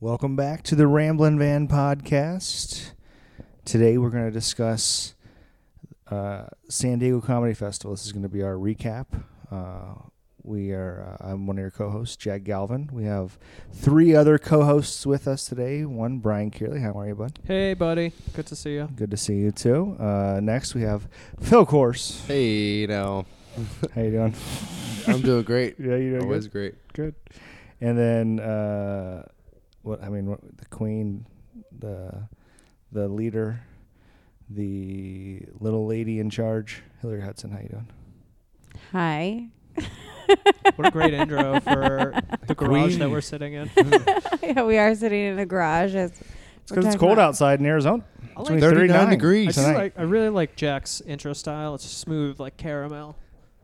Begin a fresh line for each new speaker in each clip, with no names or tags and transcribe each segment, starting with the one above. to the Ramblin' Van podcast. Today we're going to discuss uh, San Diego Comedy Festival. This is going to be our recap. Uh, we are. Uh, I'm one of your co-hosts, Jack Galvin. We have three other co-hosts with us today. One, Brian Kearley. How are you, bud?
Hey, buddy. Good to see you.
Good to see you too. Uh, next, we have Phil Course.
Hey, now
How you doing?
I'm doing great.
Yeah, you doing good?
Always great.
good. And then uh, what I mean, what, the queen, the the leader, the little lady in charge, Hillary Hudson. How you doing?
Hi.
What a great intro for the garage that
Queen.
we're sitting in.
yeah, we are sitting in a garage. As
It's because it's cold outside in Arizona.
I,
It's only
like,
39
I,
degrees.
do
tonight.
like, I really like Jack's intro style. It's smooth, like caramel.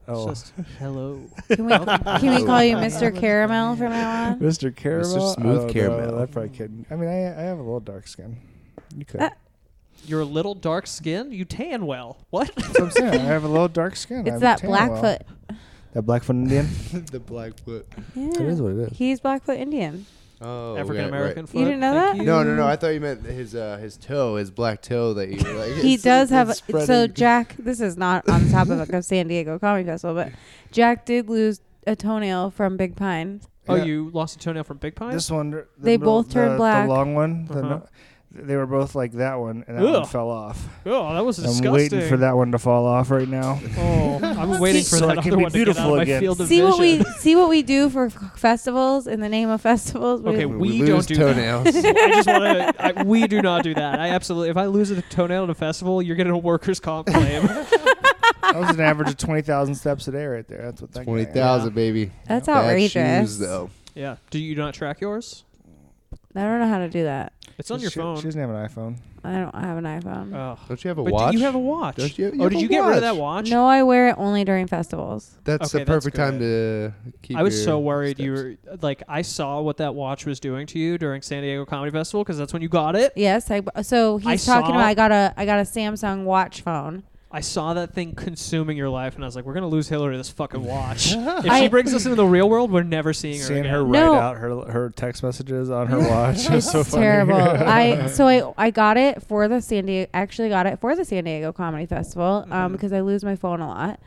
oh,
It's just hello.
Can we, can we call you Mr. Caramel from now on?
Mr. Caramel.
Smooth
I don't know.
Caramel.
I probably couldn't. I mean, I, I have a little dark skin. You could.
Uh,
You're a little dark skinned. You tan well. What?
That's what I'm saying. I have a little dark skin.
It's
I'm
that
tan well.
Blackfoot.
That Blackfoot Indian.
the Blackfoot.
Yeah.
That is what it is.
He's Blackfoot Indian.
Oh,
African American foot.
You didn't know
Thank
that?
you.
No, no, no. I thought you meant his uh, his toe, his black toe that you were like.
He
it's- it's
does have. A, so
spreading.
Jack, this is not on top of a San Diego Comedy Festival, but Jack did lose a toenail from Big Pine.
Oh,
Yeah.
you lost a toenail from Big Pine?
This one, the
They
middle-
both turned
the-
black.
The long one, the
Uh-huh.
no- they were both like that one, and that one
Ugh.
fell off.
oh, that was disgusting.
I'm waiting for that one to fall off right now.
Oh, I'm waiting for
So I
that
can
other
be
one to get out
beautiful
of my
again.
field of
See what we
vision.
see what we do for f- festivals in the name of festivals. We-
Okay,
When
we
lose
don't do that.
toenails.
I just want to. I- We do not do that. I absolutely. If I lose a toenail at a festival, you're getting a workers' comp claim.
That was an average of twenty thousand steps a day right there. That's what that guy-
Twenty thousand, baby.
that's
Bad
outrageous.
shoes, though.
yeah. Do you not track yours?
I don't know how to do that.
It's on your
she,
phone.
She doesn't have an iPhone.
I don't have an iPhone.
Oh.
Don't you have a
But
watch?
do you have a watch?
Don't you have- you
oh,
have
did
a
you get rid of
watch.
that watch?
No, I wear it only during festivals.
That's
Okay,
the perfect
that's
time to keep.
I was
your
so worried you
steps.
were like I saw what that watch was doing to you during San Diego Comedy Festival because that's when you got it.
Yes, I. So he's
I
talking
saw-
about I got a I got a Samsung watch phone.
I saw that thing consuming your life, and I was like, "We're gonna lose Hillary to this fucking watch. if she
I-
brings us into the real world, we're never seeing her
Seeing
again."
her write
No.
out her her text messages on her watch is so
it's
funny.
terrible. I so I I got it for the San Diego. Actually, got it for the San Diego Comedy Festival um,
Mhm.
because I lose my phone a lot,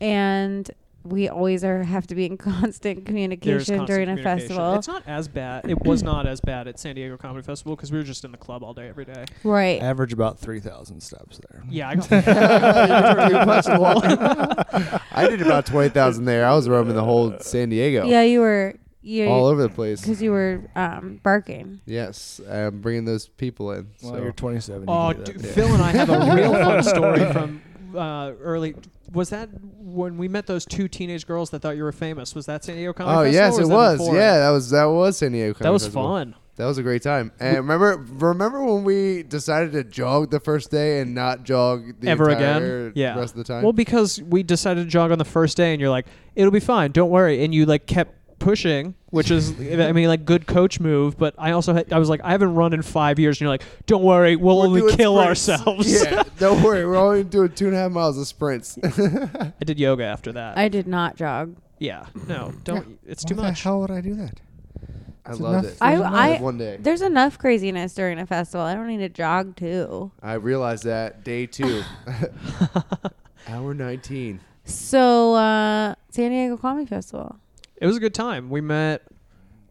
and we always are have to be in constant
There's
communication
constant
during a
communication.
festival.
It's not as bad. It was not as bad at San Diego Comedy Festival because we were just in the club all day, every day.
right.
average about three thousand steps there.
Yeah, I got Too much
I did about twenty thousand there. I was roaming the whole San Diego,
Yeah, you were you
all over the place.
because you were um, barking.
Yes, I'm bringing those people in.
Well,
so.
you're twenty seven.
Oh, dude, Phil and I have a real fun story from uh, early. Was that when we met those two teenage girls that thought you were famous? Was that San Diego Comedy Festival?
Oh yes,
or
it
that
was.
before?
Yeah, that was that was San Diego.
that
Comedy
was
Festival.
fun.
That was a great time. And remember, remember when we decided to jog the first day and not jog the
Ever
entire
again? Yeah.
rest of the time.
Well, because we decided to jog on the first day, and you're like, "It'll be fine, don't worry," and you like kept pushing, which is, I mean, like good coach move. But I also, had, I was like, I haven't run in five years, and you're like, "Don't worry, we'll
We're
only
doing
kill
sprints.
ourselves."
yeah, don't worry. We're only doing two and a half miles of sprints.
I did yoga after that.
I did not jog.
yeah, no, don't. It's too
Why
much.
The hell would I do that?
I
It's
loved
enough.
it.
I- I-
one day.
There's enough craziness during a festival. I don't need to jog too.
I realized that day two, hour nineteen.
So uh, San Diego Comedy Festival.
it was a good time. We met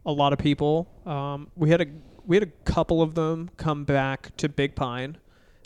a lot of people. Um, we had a we had a couple of them come back to Big Pine.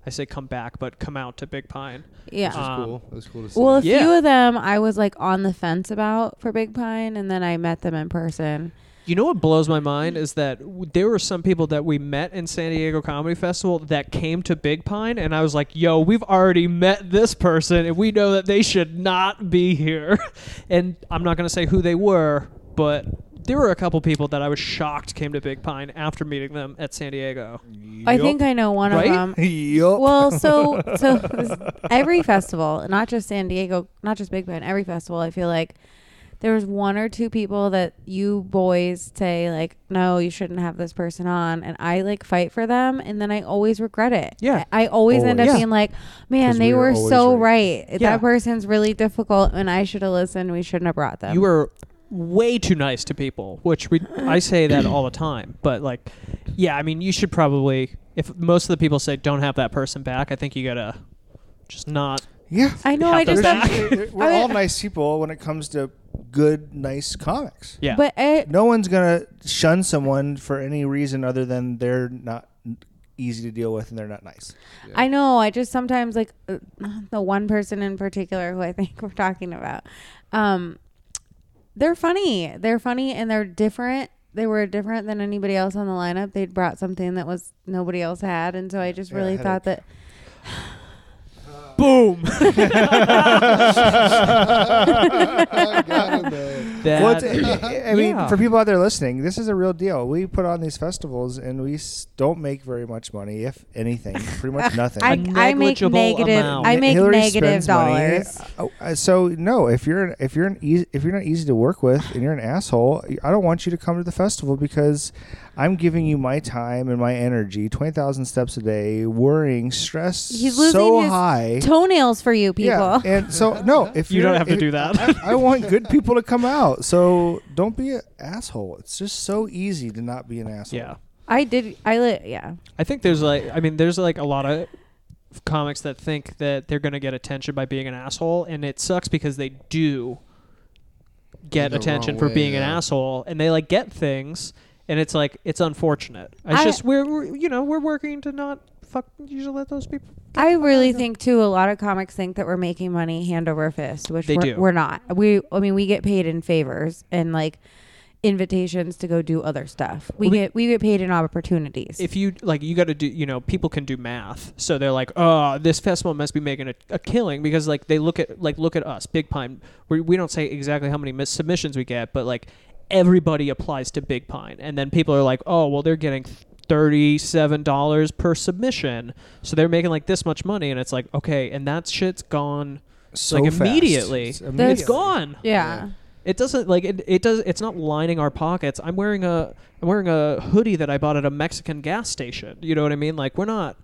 I say come back, but come out to Big Pine.
Which was
Yeah.
Uh, Um,
cool. It was cool to see.
Well, a
Yeah.
few of them I was like on the fence about for Big Pine, and then I met them in person.
You know what blows my mind is that w- there were some people that we met in San Diego Comedy Festival that came to Big Pine, and I was like, "Yo, we've already met this person, and we know that they should not be here." and I'm not gonna say who they were, but there were a couple people that I was shocked came to Big Pine after meeting them at San Diego.
I think I know one
Right?
of them.
Mm.
Yup.
Well, so so this- every festival, not just San Diego, not just Big Pine, every festival. I feel like there was one or two people that you boys say like, no, you shouldn't have this person on, and I like fight for them, and then I always regret it.
Yeah.
I always, end up
Always. Yeah.
being like,
'Cause
man, they
we were
were
always
so
right."
right.
Yeah.
That person's really difficult, and I should have listened. We shouldn't have brought them.
You were way too nice to people, which we I say that all the time. But like, yeah, I mean, you should probably if most of the people say don't have that person back, I think you gotta just not.
Yeah.
I know.
Have
I just
those-
have,
Actually, We're all nice people when it comes to good, nice comics.
Yeah,
but I,
No one's gonna shun someone for any reason other than they're not easy to deal with and they're not nice.
I know. I just sometimes like uh, the one person in particular who I think we're talking about. Um, they're funny. They're funny and they're different. They were different than anybody else on the lineup. They'd brought something that was nobody else had, and so I just
Yeah,
really thought that.
boom.
Got him, man.
That,
Well, it's- I I mean,
Yeah.
for people out there listening, this is a real deal. We put on these festivals and we s- don't make very much money, if anything, pretty much nothing.
I, I make
negligible
negative.
amount.
I make
Hillary
negative
spends money.
dollars.
Oh, uh, so no, if you're if you're an easy, if you're not easy to work with and you're an asshole, I don't want you to come to the festival because I'm giving you my time and my energy, twenty thousand steps a day, worrying, stress
He's losing
so
his
high.
Toenails for you people.
Yeah, and so no, if
You
you're-
don't have to
if-
do that.
I, I want good people to come out. So don't be an asshole. It's just so easy to not be an asshole.
yeah.
I did. I lit. Yeah.
I think there's like I mean there's like a lot of comics that think that they're going to get attention by being an asshole and it sucks because they do get
The
attention
wrong
for
way,
being an
yeah.
asshole and they like get things and it's like it's unfortunate. It's
I-
just we're, we're you know we're working to not fuck you should let those people
I really think too. A lot of comics think that we're making money hand over fist, which
They
we're,
do.
we're not. We, I mean, we get paid in favors and like invitations to go do other stuff. We
Well, the-
get we get paid in opportunities.
if you like you got to do you know people can do math so they're like oh this festival must be making a, a killing because like they look at like look at us big pine we, we don't say exactly how many mis- submissions we get but like everybody applies to big pine and then people are like oh well they're getting $37 per submission so they're making like this much money and it's like okay and that shit's gone
So
like
fast.
immediately
It's
it's
immediately.
gone
yeah.
it doesn't like it, it does it's not lining our pockets. I'm wearing a I'm wearing a hoodie that I bought at a Mexican gas station. You know what I mean? Like we're not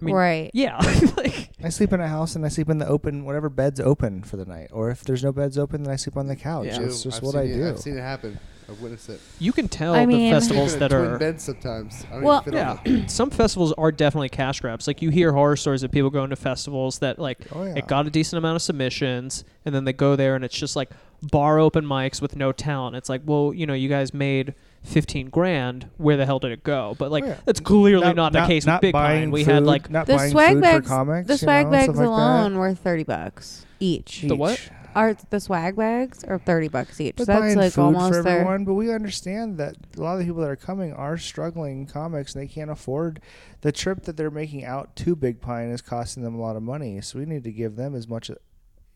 I mean
right.
yeah. like
I sleep in a house and I sleep in the open, whatever bed's open for the night. Or if there's no beds open, then I sleep on the couch.
Yeah.
It's just
I've
what
seen
I
it-
do.
I've seen it happen. I've witnessed it.
you can tell
I mean-
the festivals
Sleeping in
that
twin
are
beds sometimes. I don't
Well-
even fit on
yeah, some festivals are definitely cash grabs. Like you hear horror stories of people going to festivals that like
Oh, yeah.
it got a decent amount of submissions, and then they go there and it's just like bar open mics with no talent. It's like, well, you know, you guys made fifteen grand. Where the hell did it go? But like,
Oh, yeah.
that's clearly not, the case with Big Pine.
buying
We had
food-
like
not
The
buying
swag
food
bags.
for comics.
the
you
swag
know, and
bags
stuff like that.
alone were thirty bucks each.
The what?
Each.
Are the swag bags are thirty bucks each?
But
That's
buying
like
food for
almost their.
everyone. But we understand that a lot of the people that are coming are struggling comics, and they can't afford the trip that they're making out to Big Pine is costing them a lot of money. So we need to give them as much uh,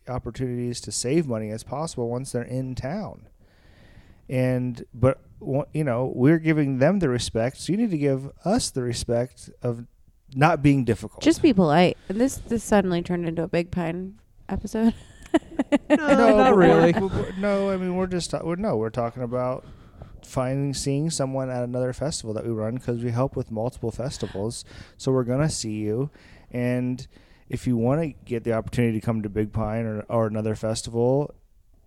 opportunities to save money as possible once they're in town. And but wa- you know we're giving them the respect, so you need to give us the respect of not being difficult.
Just be polite. And this this suddenly turned into a big pine episode.
No, not
but
really.
we're- we're- no, I mean we're just ta- we're, no, we're talking about finding seeing someone at another festival that we run because we help with multiple festivals. So we're gonna see you, and if you want to get the opportunity to come to Big Pine or, or another festival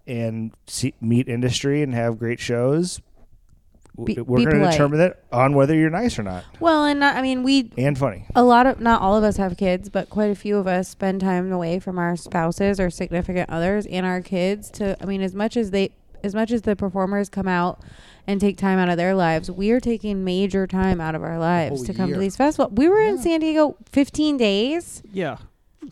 and see, meet industry and have great shows. w-
Be-
We're
be
going to
polite.
determine that on whether you're nice or not
well, and not, I mean we
and funny.
a lot of not all of us have kids, but quite a few of us spend time away from our spouses or significant others and our kids to I mean as much as they as much as the performers come out and take time out of their lives, we are taking major time out of our lives
whole
to come to
year.
these festivals. We were in
Yeah.
San Diego 15 days.
Yeah.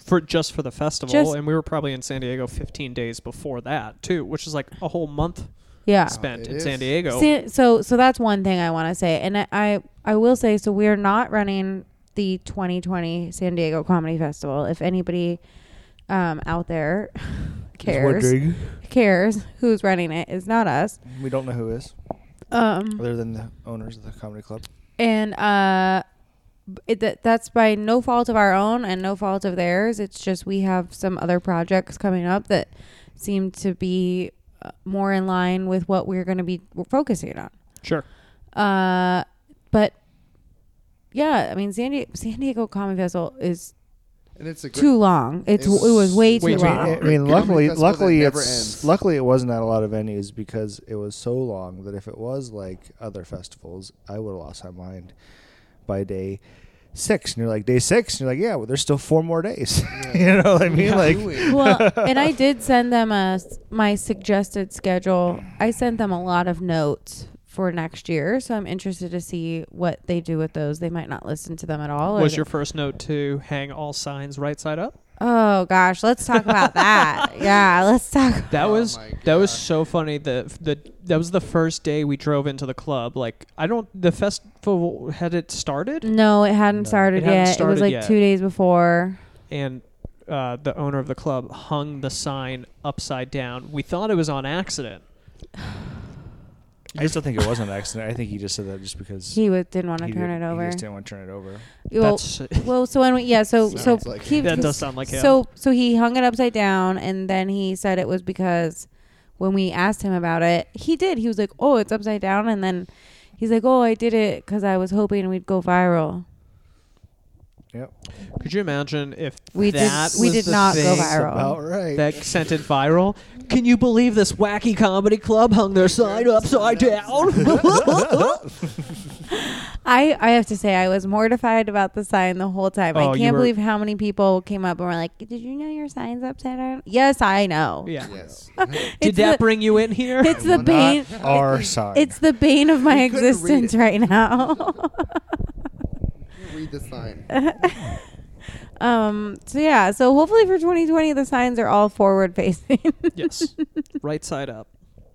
For just for the festival,
Just-
and we were probably in San Diego 15 days before that too, which is like a whole month
Yeah.
spent
it
in
is.
San Diego.
San- so so that's one thing I want to say, and I, I I will say so we are not running the 2020 San Diego Comedy Festival. If anybody um, out there cares cares who's running it, it's not us.
We don't know who is
Um,
other than the owners of the comedy club.
and uh, it, that that's by no fault of our own and no fault of theirs. It's just we have some other projects coming up that seem to be uh, more in line with what we're going to be focusing on.
sure.
Uh, but yeah, I mean, San Diego, San Diego Comedy Festival is
and it's a good,
too long. It's
It
it
was
was, way too
way too
long.
I mean,
Comedy
luckily,
festival that
luckily,
never
it's
ends.
luckily it wasn't at a lot of venues because it was so long that if it was like other festivals, I would have lost my mind by day six. And you're like day six, and you're like, yeah, well, there's still four more days. you know what I mean? Like,
Doing.
well, and I did send them a s- my suggested schedule. I sent them a lot of notes for next year, so I'm interested to see what they do with those. They might not listen to them at all. or
Was
they-
your first note to hang all signs right side up?
oh gosh, let's talk about that. Yeah, let's talk.
That
Oh
was
my
that was
God.
so funny. The the that was the first day we drove into the club. Like I don't the festival had it started
No, it hadn't
No.
started
It hadn't
yet. it
started
was like
yet.
two days before.
and uh, the owner of the club hung the sign upside down. We thought it was on accident.
I still think it was an accident. I think he just said that just because
He was, didn't want to
he
turn
didn't-
it
He
over.
just didn't want to turn it over.
Well,
That's
well, so when we, yeah, so so
Sounds like
he,
that does sound like him.
So so he hung it upside down and then he said it was because when we asked him about it, he did. He was like, "Oh, it's upside down." And then he's like, "Oh, I did it cuz I was hoping we'd go viral."
Yep.
Could you imagine if
We did-
that
we
was
did
the
not go
thing
viral.
About right.
That sent it viral. Can you believe this wacky comedy club hung their sign upside down?
I I have to say I was mortified about the sign the whole time.
Oh,
I
you
can't
were-
believe how many people came up and were like, "Did you know your sign's upside down?" Yes, I know.
yeah.
Yes.
Did
It's
that
the-
bring you in here?
It's the
Not
bane.
our sign.
It's the bane of my
You couldn't read
existence
it.
right now.
Read the sign.
um. So yeah. So hopefully for 2020, the signs are all forward facing.
yes. Right side up.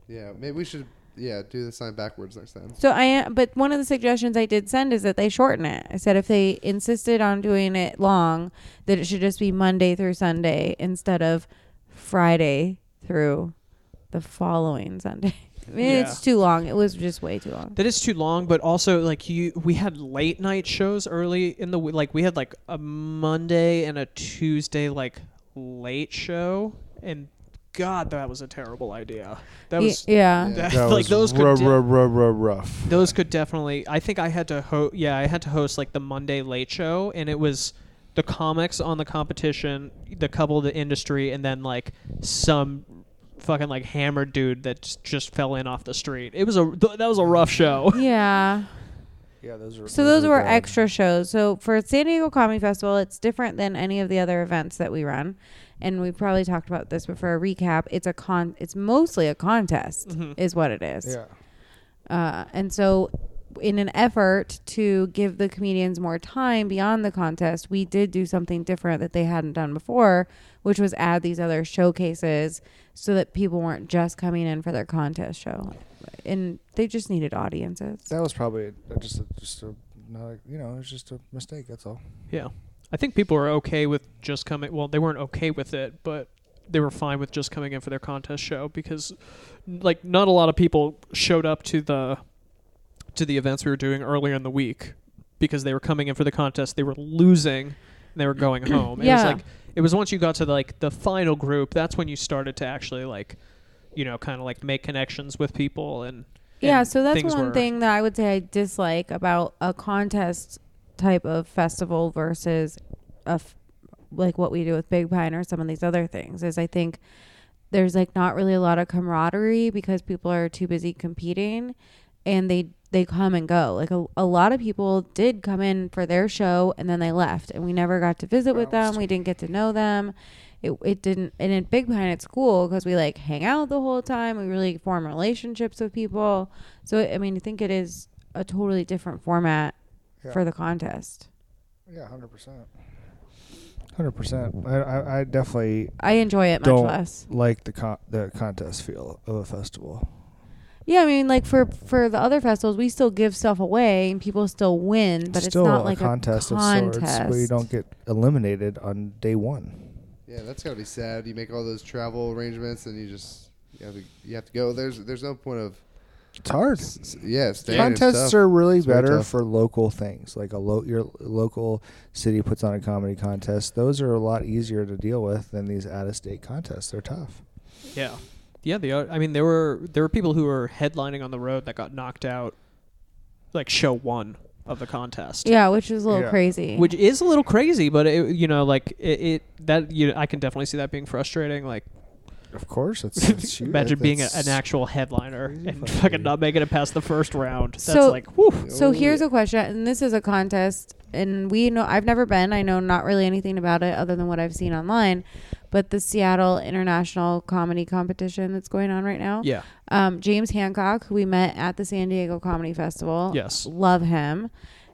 Yeah, maybe we should. Yeah, do the sign backwards next time.
so I. But one of the suggestions I did send is that they shorten it. I said if they insisted on doing it long, that it should just be Monday through Sunday instead of Friday through the following Sunday. I mean,
Yeah.
it's too long. It was just way too long.
That is too long, but also like you, we had late night shows early in the w- like we had like a Monday and a Tuesday like late show, and God, that was a terrible idea. That
Ye-
was
yeah.
Yeah.
that,
that
like
was
those could
ru-
di-
ru- ru- ru- rough.
those could definitely i think i had to ho yeah i had to host like the monday late show and it was the comics on the competition the couple of the industry and then like some fucking like hammered dude that just- just fell in off the street it was a th- that was a rough show
Yeah.
Yeah, those were.
So those were
bad.
extra shows. So for San Diego Comedy Festival, it's different than any of the other events that we run. And we probably talked about this, but for a recap, it's a con it's mostly a contest is what it is.
Yeah.
Uh, and so in an effort to give the comedians more time beyond the contest, we did do something different that they hadn't done before, which was add these other showcases so that people weren't just coming in for their contest show. And they just needed audiences.
That was probably a- just a, just a not you know it's just a mistake. That's all.
yeah i think people were okay with just coming well they weren't okay with it but they were fine with just coming in for their contest show because like not a lot of people showed up to the to the events we were doing earlier in the week because they were coming in for the contest they were losing and they were going home it was
Yeah.
like it was once you got to like the final group that's when you started to actually like you know kind of like make connections with people and
Yeah,
and
so that's
things
one
were-
thing that I would say I dislike about a contest type of festival versus a f- like what we do with Big Pine or some of these other things is I think there's like not really a lot of camaraderie because people are too busy competing and they they come and go. Like a, a lot of people did come in for their show and then they left and we never got to visit with them. We didn't get to know them. It, it didn't and in Big Pine it's cool because we like hang out the whole time. We really form relationships with people. So I mean I think it is a totally different format
Yeah.
for the contest.
Yeah, hundred percent. Hundred percent. I, I I definitely
I enjoy it much
Don't.
less.
like the con- the contest feel of a festival.
Yeah, I mean, like for for the other festivals, we still give stuff away and people still win, but it's,
still
not like
a contest
a
of sorts,
contest.
but you don't get eliminated on day one.
Yeah, that's gotta be sad. You make all those travel arrangements, and you just you have to you have to go. There's there's no point of
It's hard.
s- s- yeah. staying and
Contests
stuff.
are really
It's very
better
tough.
for local things, like a lo- your local city puts on a comedy contest. Those are a lot easier to deal with than these out of state contests. They're tough.
Yeah, yeah. The o- I mean, there were there were people who were headlining on the road that got knocked out, like show one. of the contest.
Yeah, which is a little
Yeah.
crazy.
Which is a little crazy, but it, you know, like it, it that you I can definitely see that being frustrating. Like
Of course, that's, that's you.
imagine
That-
being a,
that's-
an actual headliner
crazy
and
fucking
fucking
dude.
not making it past the first round. That's
So-
like, whew.
so
Oh,
here's
yeah.
a question, and this is a contest, and we know I've never been. I know not really anything about it other than what I've seen online, but the Seattle International Comedy Competition that's going on right now.
Yeah.
Um, James Hancock, who we met at the San Diego Comedy Festival.
Yes.
love him,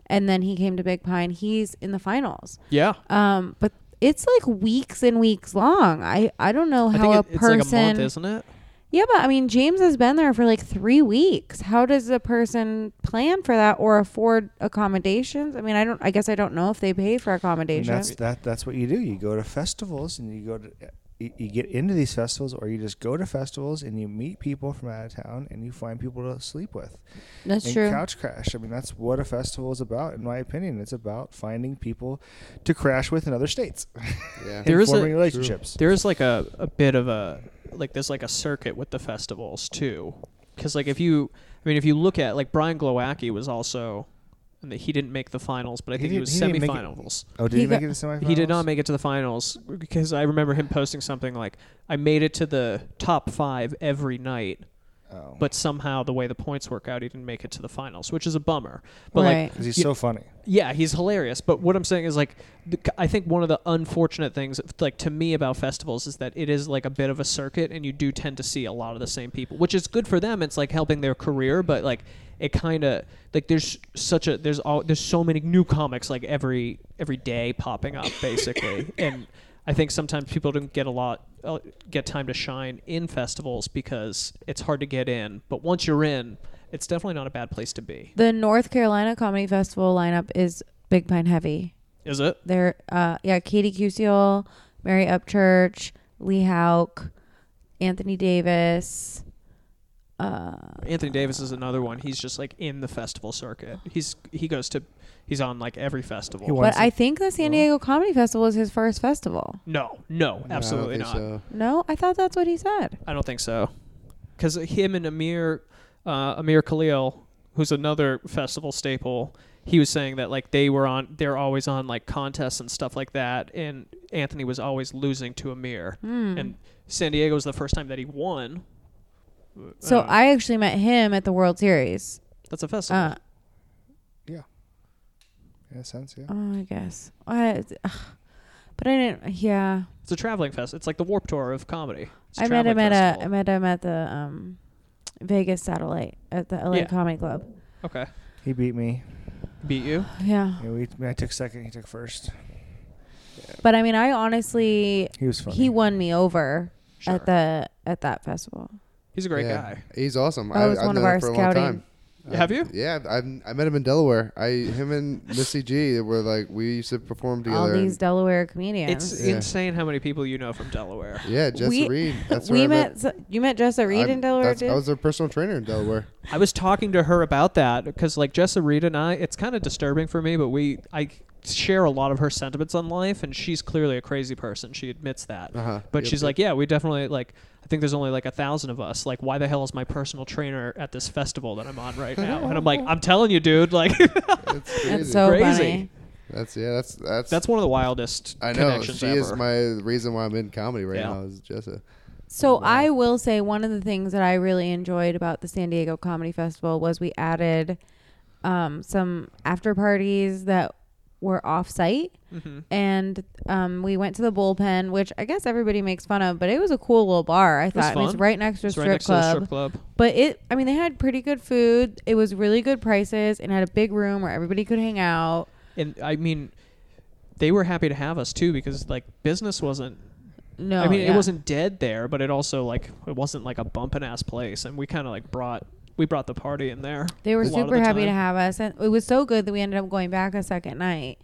and then he came to Big Pine. He's in the finals.
Yeah.
Um, but it's like weeks and weeks long. I I don't know
I
how
think
a
it- it's
person.
like a month, isn't it?
Yeah, but I mean, James has been there for like three weeks. How does a person plan for that or afford accommodations? I mean, I don't. I guess I don't know if they pay for
And
accommodations.
that's that. That's what you do. You go to festivals and you go to you, you get into these festivals, or you just go to festivals and you meet people from out of town and you find people to sleep with.
That's,
and
true.
couch crash. I mean, that's what a festival is about, in my opinion. It's about finding people to crash with in other states
Yeah.
and
There is a-
forming relationships.
There is like a, a bit of a like there's like a circuit with the festivals too, because like if you I mean if you look at like Brian Glowacki was also and that he didn't make the finals, but
He
I think he,
didn't-
was
he didn't make it-
semifinals.
Oh, did
He
he, make
got-
it to semifinals?
He did not make it to the finals because I remember him posting something like I made it to the top five every night,
Oh,
but somehow the way the points work out, he didn't make it to the finals, which is a bummer. But like
right.
because he's
you-
so funny.
yeah, he's hilarious. But what I'm saying is, like, the, I think one of the unfortunate things, like to me about festivals, is that it is like a bit of a circuit, and you do tend to see a lot of the same people, which is good for them. It's like helping their career, but like it kind of like there's such a there's all there's so many new comics like every every day popping up basically, and I think sometimes people don't get a lot uh, get time to shine in festivals because it's hard to get in. But once you're in, it's definitely not a bad place to be,
the North Carolina Comedy Festival lineup is Big Pine heavy.
is it?
There, uh, yeah, Katie Cusiel, Mary Upchurch, Lee Hauk, Anthony Davis. Uh,
Anthony Davis is another one. He's just like in the festival circuit. He's he goes to he's on like every festival.
He won-
but
Once-
I think the San Diego Comedy Festival is his first festival.
no, no, absolutely
No, I
not.
don't think
No, I thought that's what he said.
I don't think so. Because him and Amir uh, Amir Khalil, who's another festival staple, he was saying that like they were on they're always on like contests and stuff like that, and Anthony was always losing to Amir,
Hmm.
and San Diego was the first time that he won.
So
Uh,
I actually met him at the World Series.
that's a festival.
Uh,
In a sense, yeah.
oh, I guess. I, ugh. but I didn't. Yeah,
it's a traveling fest. It's like the Warp Tour of comedy. It's a
I met
traveling
him at
festival.
a. I met him at the um, Vegas Satellite at the LA
Yeah.
Comedy Club.
Okay.
He beat me.
Beat you?
Yeah,
Yeah, we, I took second. He took first.
but I mean, I honestly,
He was funny.
he won me over
Sure.
at the at that festival.
He's a great
Yeah.
guy.
He's awesome.
That
I,
was
I've
one
known
of
him
our
for
scouting.
a long time.
Have you?
Yeah, I've, I met him in Delaware. I him and Missy G were like we used to perform together.
All these
and-
Delaware comedians.
It's
Yeah.
insane how many people you know from Delaware.
yeah, Jessa
We-
Reed. That's where
we
I
met. s- You met Jessa Reed
I-
in Delaware
that's-
too.
I was their personal trainer in Delaware.
I was talking to her about that because, like, Jessa Reed and I, it's kind of disturbing for me, but we, I share a lot of her sentiments on life, and she's clearly a crazy person. She admits that.
Uh-huh.
But
Yep,
she's
yep.
like, yeah, we definitely, like, I think there's only like a thousand of us. Like, why the hell is my personal trainer at this festival that I'm on right now? And I'm like, I'm telling you, dude, like,
That's crazy.
that's so
Crazy.
funny.
That's yeah. That's that's
that's one of the wildest
I know
connections
she
ever.
is my reason why I'm in comedy right
Yeah.
now is Jessa.
So I will say one of the things that I really enjoyed about the San Diego Comedy Festival was we added um, some after parties that were off site.
Mm-hmm.
And um, we went to the bullpen, which I guess everybody makes fun of, but it was a cool little bar. I
was
thought it was
fun.
right next to a
It's
strip
right next to the
club.
strip club.
But it, I mean, they had pretty good food. It was really good prices and had a big room where everybody could hang out.
And I mean, they were happy to have us too because like business wasn't.
No,
I mean,
yeah.
it wasn't dead there, but it also like it wasn't like a bumping ass place, and we kind of like brought we brought the party in there.
They were
a lot of
super
the
happy to
time.
have us, and it was so good that we ended up going back a second night.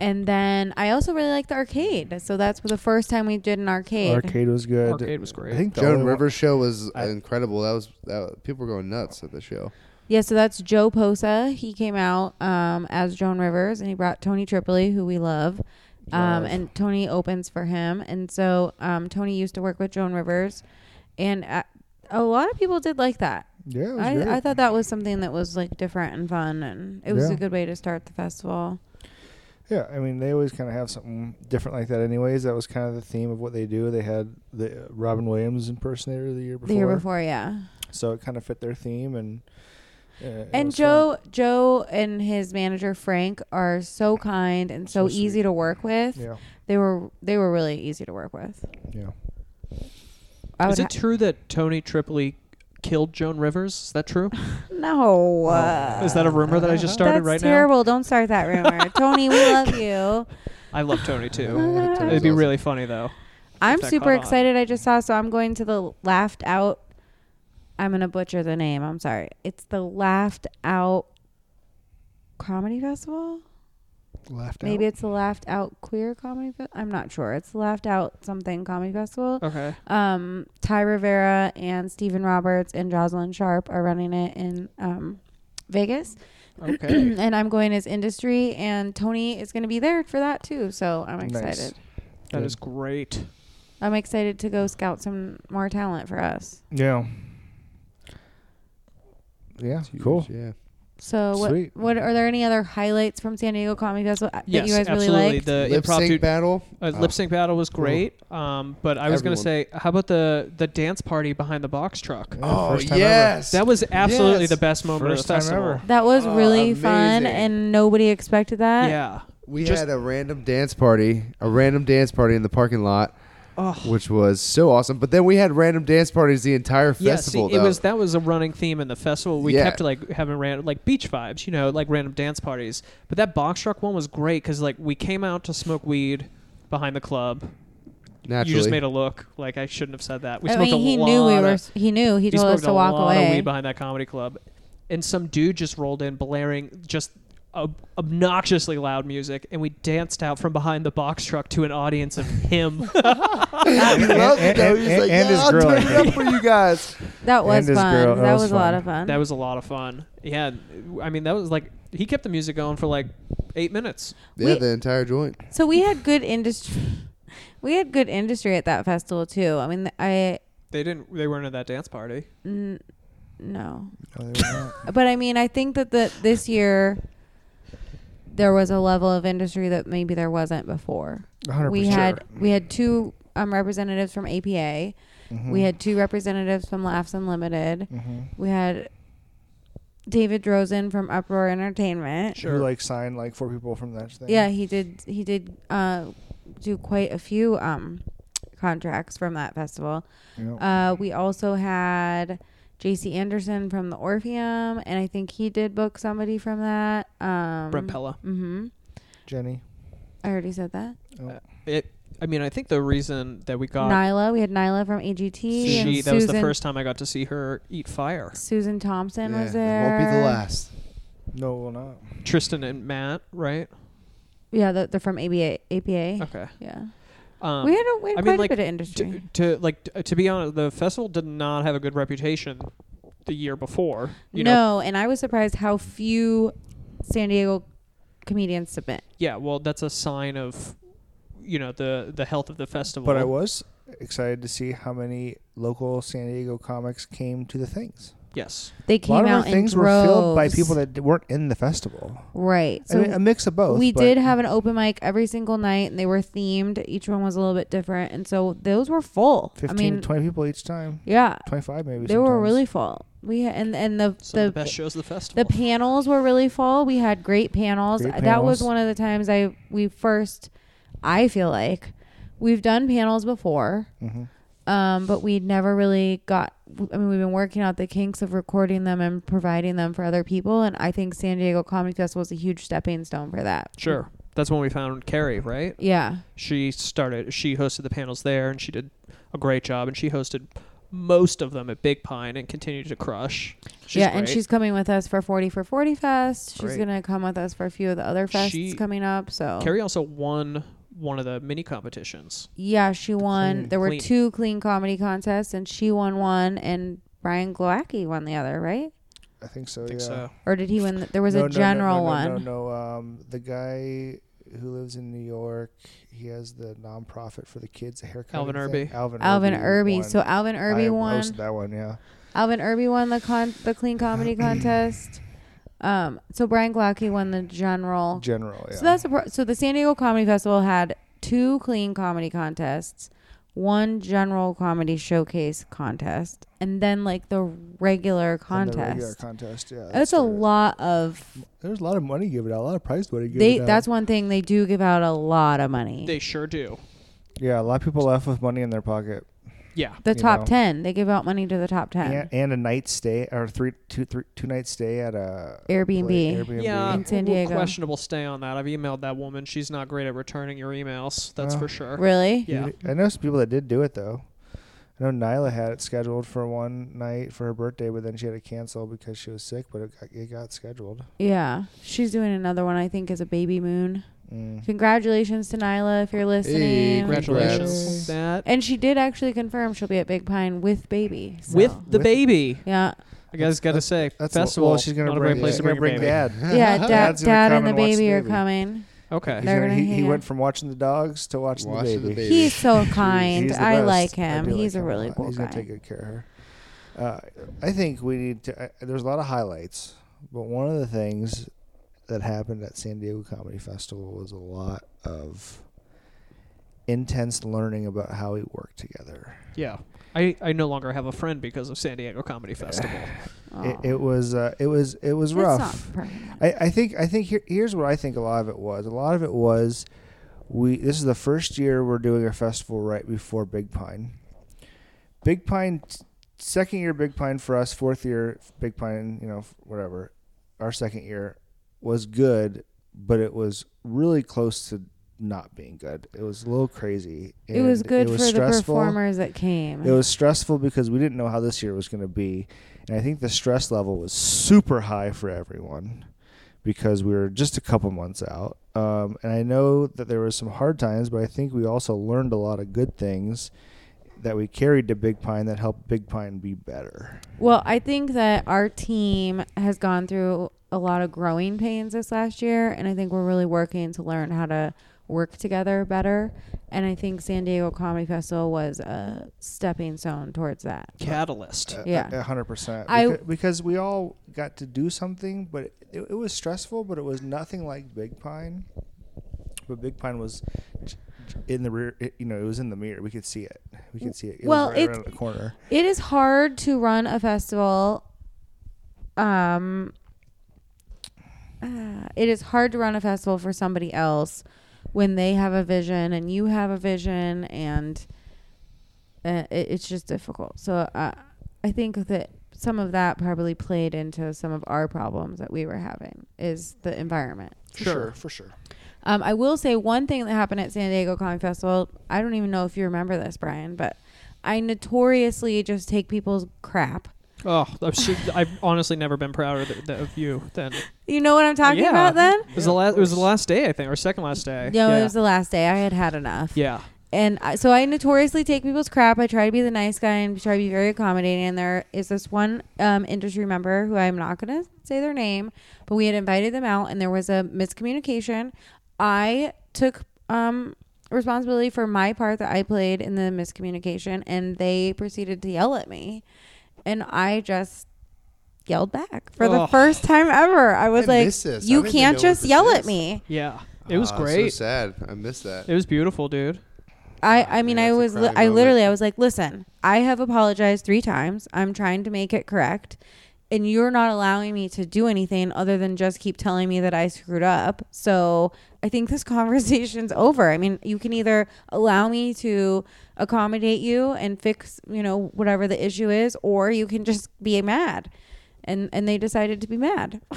And then I also really liked the arcade, so that's the first time we did an arcade.
Arcade was good.
Arcade was great.
I think the
Joan
only one-
Rivers show was
I-
incredible. That was that people were going nuts at the show.
Yeah, so that's Joe Posa. He came out um, as Joan Rivers, and he brought Tony Tripoli, who we love. Um,
Love.
and Tony opens for him, and so um, Tony used to work with Joan Rivers, and uh, a lot of people did like that.
Yeah, it was great.
I, I thought that was something that was like different and fun, and it was
Yeah.
a good way to start the festival.
Yeah, I mean, they always kind of have something different like that, anyways. That was kind of the theme of what they do. They had the uh, Robin Williams impersonator the year before,
The year before, yeah.
so it kind of fit their theme. And uh, it
And
was fun.
Joe, Joe, and his manager Frank are so kind and so,
So sweet.
easy to work with.
yeah,
They were they were really easy to work with.
yeah,
I would
Is
ha-
it true that Tony Tripoli killed Joan Rivers? Is that true?
no. uh,
Oh, Is that a rumor that I just started
That's
right
terrible. Don't start that rumor, Tony. We love you.
now? I love Tony too.
Uh,
It'd
It'd be
awesome.
really funny though.
I'm
that
super
caught on.
excited. I just saw, so I'm going to the Laughed Out. I'm gonna butcher the name. I'm sorry. It's the Laughed Out Comedy Festival.
Left
Maybe
out.
it's the Laughed Out Queer Comedy. Fe- I'm not sure. It's the Laughed Out something Comedy Festival.
Okay.
Um, Ty Rivera and Stephen Roberts and Jocelyn Sharp are running it in um, Vegas,
Okay.
and I'm going as industry. And Tony is gonna be there for that too. So I'm
Nice.
excited.
that is great.
I'm excited to go scout some more talent for us.
yeah, yeah.
Huge,
Cool.
Yeah.
So what?
Sweet.
What are there any other highlights from San Diego Comedy Festival uh, that
Yes,
you guys really
absolutely.
liked?
the
Lip
impromptu
sync battle.
Uh, Lip sync battle was great, um, but I was going to say,
Everyone.
how about the the dance party behind the box truck?
Yeah,
Oh
first time ever.
yes.
That was absolutely
Yes.
the best moment
First
of the
time
festival.
ever.
that was
Oh,
really fun,
amazing.
and nobody expected that.
Yeah.
we
just-
had a random dance party, a random dance party in the parking lot,
Oh.
which was so awesome. But then we had random dance parties the entire
Yeah,
festival.
see, it
though.
was that was a running theme in the festival. We
Yeah.
kept like having random like beach vibes, you know, like random dance parties. But that box truck one was great because like we came out to smoke weed behind the club.
naturally.
You just made a look like I shouldn't have said that. We
I
smoked
mean,
a
he
lot
knew we
of-
were. He knew. He
He
told us
smoked
to
a
walk
lot of
away.
weed behind that comedy club, and some dude just rolled in blaring just ob- obnoxiously loud music, and we danced out from behind the box truck to an audience of him.
He loved
and-
it, though. He was
and-
like,
and
"Yeah,
his
I'll
girl, I
turn it up for you guys.
That was
And his
fun.
girl.
That,
That
was,
was
a lot
fun.
of fun.
that was a lot of fun. Yeah, I mean that was like he kept the music going for like eight minutes.
Yeah,
We-
the entire joint.
so we had good industry. We had good industry at that festival too. I mean, I
They didn't. They weren't at that dance party.
n- no,
No, they were not.
but I mean, I think that the this year there was a level of industry that maybe there wasn't before.
100%.
We had we had two um, representatives from APA.
Mm-hmm.
We had two representatives from Laughs Unlimited.
Mhm.
We had David Rosen from Uproar Entertainment.
Who, like signed like four people from that thing.
Yeah, he did. He did uh, do quite a few um, contracts from that festival.
Yeah.
Uh, we also had J.C. Anderson from the Orpheum, and I think he did book somebody from that. Um,
Brett Pella.
hmm
Jenny.
I already said that.
It. I mean, I think the reason that we got
Nyla. We had Nyla from AGT.
she
and
that
Susan,
was the first time I got to see her eat fire.
Susan Thompson
Yeah,
was
it
there.
won't be the last.
No, well, not.
Tristan and Matt, right?
Yeah, they're, they're from ABA, APA.
Okay.
Yeah,
Um,
we had, a, we had
I mean,
quite a
like,
bit of
to,
industry.
to like t- to be honest, the festival did not have a good reputation the year before. You know,
no, and I was surprised how few San Diego comedians submit.
yeah. Well, that's a sign of you know the the health of the festival.
But I was excited to see how many local San Diego comics came to the things.
yes.
a
They
lot
came
of our
out in
things were filled by
droves.
people that d- weren't in the festival.
right.
I mean, a mix of both.
we
but-
did have an open mic every single night, and they were themed. Each one was a little bit different, and so those were full.
15
I mean,
to 20 people each time.
yeah,
25 maybe.
they were
sometimes.
really full. We had, and and the
Some of the best shows of the festival.
the panels were really full. We had great panels.
Great
That was
panels.
one of the times I we first. I feel like we've done panels before,
Mhm.
um, but we never really got. I mean, we've been working out the kinks of recording them and providing them for other people, and I think San Diego Comedy Festival is a huge stepping stone for that.
sure. That's when we found Carrie, right?
Yeah.
She started. She hosted the panels there, and she did a great job. And she hosted most of them at Big Pine and continued to crush. She's
yeah, and
great.
she's coming with us for 40 for 40 Fest. She's
Great.
going to come with us for a few of the other fests
She-
coming up. So,
Carrie also won one of the mini competitions.
yeah, she won.
clean-
there were
clean.
two clean comedy contests, and she won one, and Brian Glowacki won the other, right?
I think so,
I think
Oh, yeah.
so.
Or did he win? The, there was
No, no,
a
no,
general
no, no,
one.
No, no, um, the guy who lives in New York, he has the nonprofit for the kids, a haircut.
Alvin Irby.
Alvin,
Alvin
Irby
Irby.
won.
So, Alvin Irby
I
won.
hosted that one, yeah.
Alvin Irby won the con- the clean comedy contest. Um, so Brian Glocke won the general.
General, yeah.
Oh. So that's a pro- so the San Diego Comedy Festival had two clean comedy contests, one general comedy showcase contest, and then like the regular
And
contest.
the regular contest, yeah.
that's a
started.
lot of
There's a lot of money given out, a lot of prize money given
they.
out.
That's one thing they do give out a lot of money.
They sure do.
yeah, a lot of people left with money in their pocket.
Yeah.
the
you
top
know.
ten, they give out money to the top ten.
And, and a night stay or three two three two night stay at a
Airbnb.
pla- Airbnb.
Yeah,
In San
w-
Diego.
questionable stay on that. I've emailed that woman. She's not great at returning your emails. That's
Well,
for sure.
Really?
Yeah.
You- I know some people that did do it though. I know Nyla had it scheduled for one night for her birthday, but then she had to cancel because she was sick. But it got, it got scheduled.
Yeah. She's doing another one. I think is a baby moon.
Mm.
Congratulations to Nyla if you're listening.
Congratulations. That
And she did actually confirm she'll be at Big Pine with baby. so-
with the
With-
baby.
yeah,
I guys got to say,
That's
festival.
Well, she's gonna
not
bring,
a great place
she's
to bring,
gonna bring
your baby.
dad.
yeah. Dad,
Dad's gonna
dad
come
and the
watch
baby are
baby.
coming.
He's
Okay.
They're
gonna-
gonna
he, he
hang
went
out.
from watching the dogs to watching the
Watching
baby.
the baby.
He's so
He's
kind.
the
I
best.
like
I
him.
do
He's
like
a
him
really
lot.
cool
He's
guy.
gonna take good care of her. Uh, I think we need to. Uh, there's a lot of highlights, but one of the things that happened at San Diego Comedy Festival was a lot of intense learning about how we work together.
Yeah. I, I no longer have a friend because of San Diego Comedy Festival.
It,
Aw.
it was. Uh, it was. It was
That's
rough.
not permanent.
I, I think I think here, here's what I think a lot of it was. A lot of it was we this is the first year we're doing a festival right before Big Pine. Big Pine second year Big Pine for us, fourth year Big Pine, you know, whatever. Our second year was good, but it was really close to not being good. It was a little crazy.
it was
and
good
it was
for the
stressful.
performers that came.
It was stressful because we didn't know how this year was going to be. And I think the stress level was super high for everyone because we were just a couple months out. Um, and I know that there were some hard times, but I think we also learned a lot of good things that we carried to Big Pine that helped Big Pine be better.
Well, I think that our team has gone through a lot of growing pains this last year, and I think we're really working to learn how to work together better. And I think San Diego Comedy Festival was a stepping stone towards that.
Catalyst.
A-
Yeah.
a hundred percent.
I-
Beca- because we all got to do something, but it, it was stressful, but it was nothing like Big Pine. But Big Pine was j- j- in the rear. It, you know, it was in the mirror. We could see it. We could see it. it
Well,
was right
it-
around the corner.
It is hard to run a festival. Um, uh, it is hard to run a festival for somebody else when they have a vision and you have a vision, and uh, it, it's just difficult. So uh, I think that some of that probably played into some of our problems that we were having is the environment.
For
Sure.
for sure.
Um, I will say one thing that happened at San Diego Comic Festival. I don't even know if you remember this, Brian, but I notoriously just take people's crap.
Oh, I'm su- I've honestly never been prouder th- th- of you than.
You know what I'm talking
Yeah.
about then?
It was, the last, it was the last day, I think, or second last day.
No,
yeah.
it was the last day. I had had enough.
yeah.
And I, so I notoriously take people's crap. I try to be the nice guy and try to be very accommodating. And there is this one um, industry member who I'm not going to say their name, but we had invited them out and there was a miscommunication. I took um, responsibility for my part that I played in the miscommunication and they proceeded to yell at me. And I just yelled back for the
Oh.
first time ever. I was
I
like,
miss this. I
you
didn't even
can't
know what
just
this
yell at
is."
me.
Yeah. It was
Ah,
great.
So sad. I missed that.
it was beautiful, dude.
I I mean
Yeah,
I
it's a
was li-
crying
I
moment.
literally I was like, "Listen, I have apologized 3 times. I'm trying to make it correct, and you're not allowing me to do anything other than just keep telling me that I screwed up." So, I think this conversation's over. I mean, you can either allow me to accommodate you and fix, you know, whatever the issue is, or you can just be mad. And and they decided to be mad.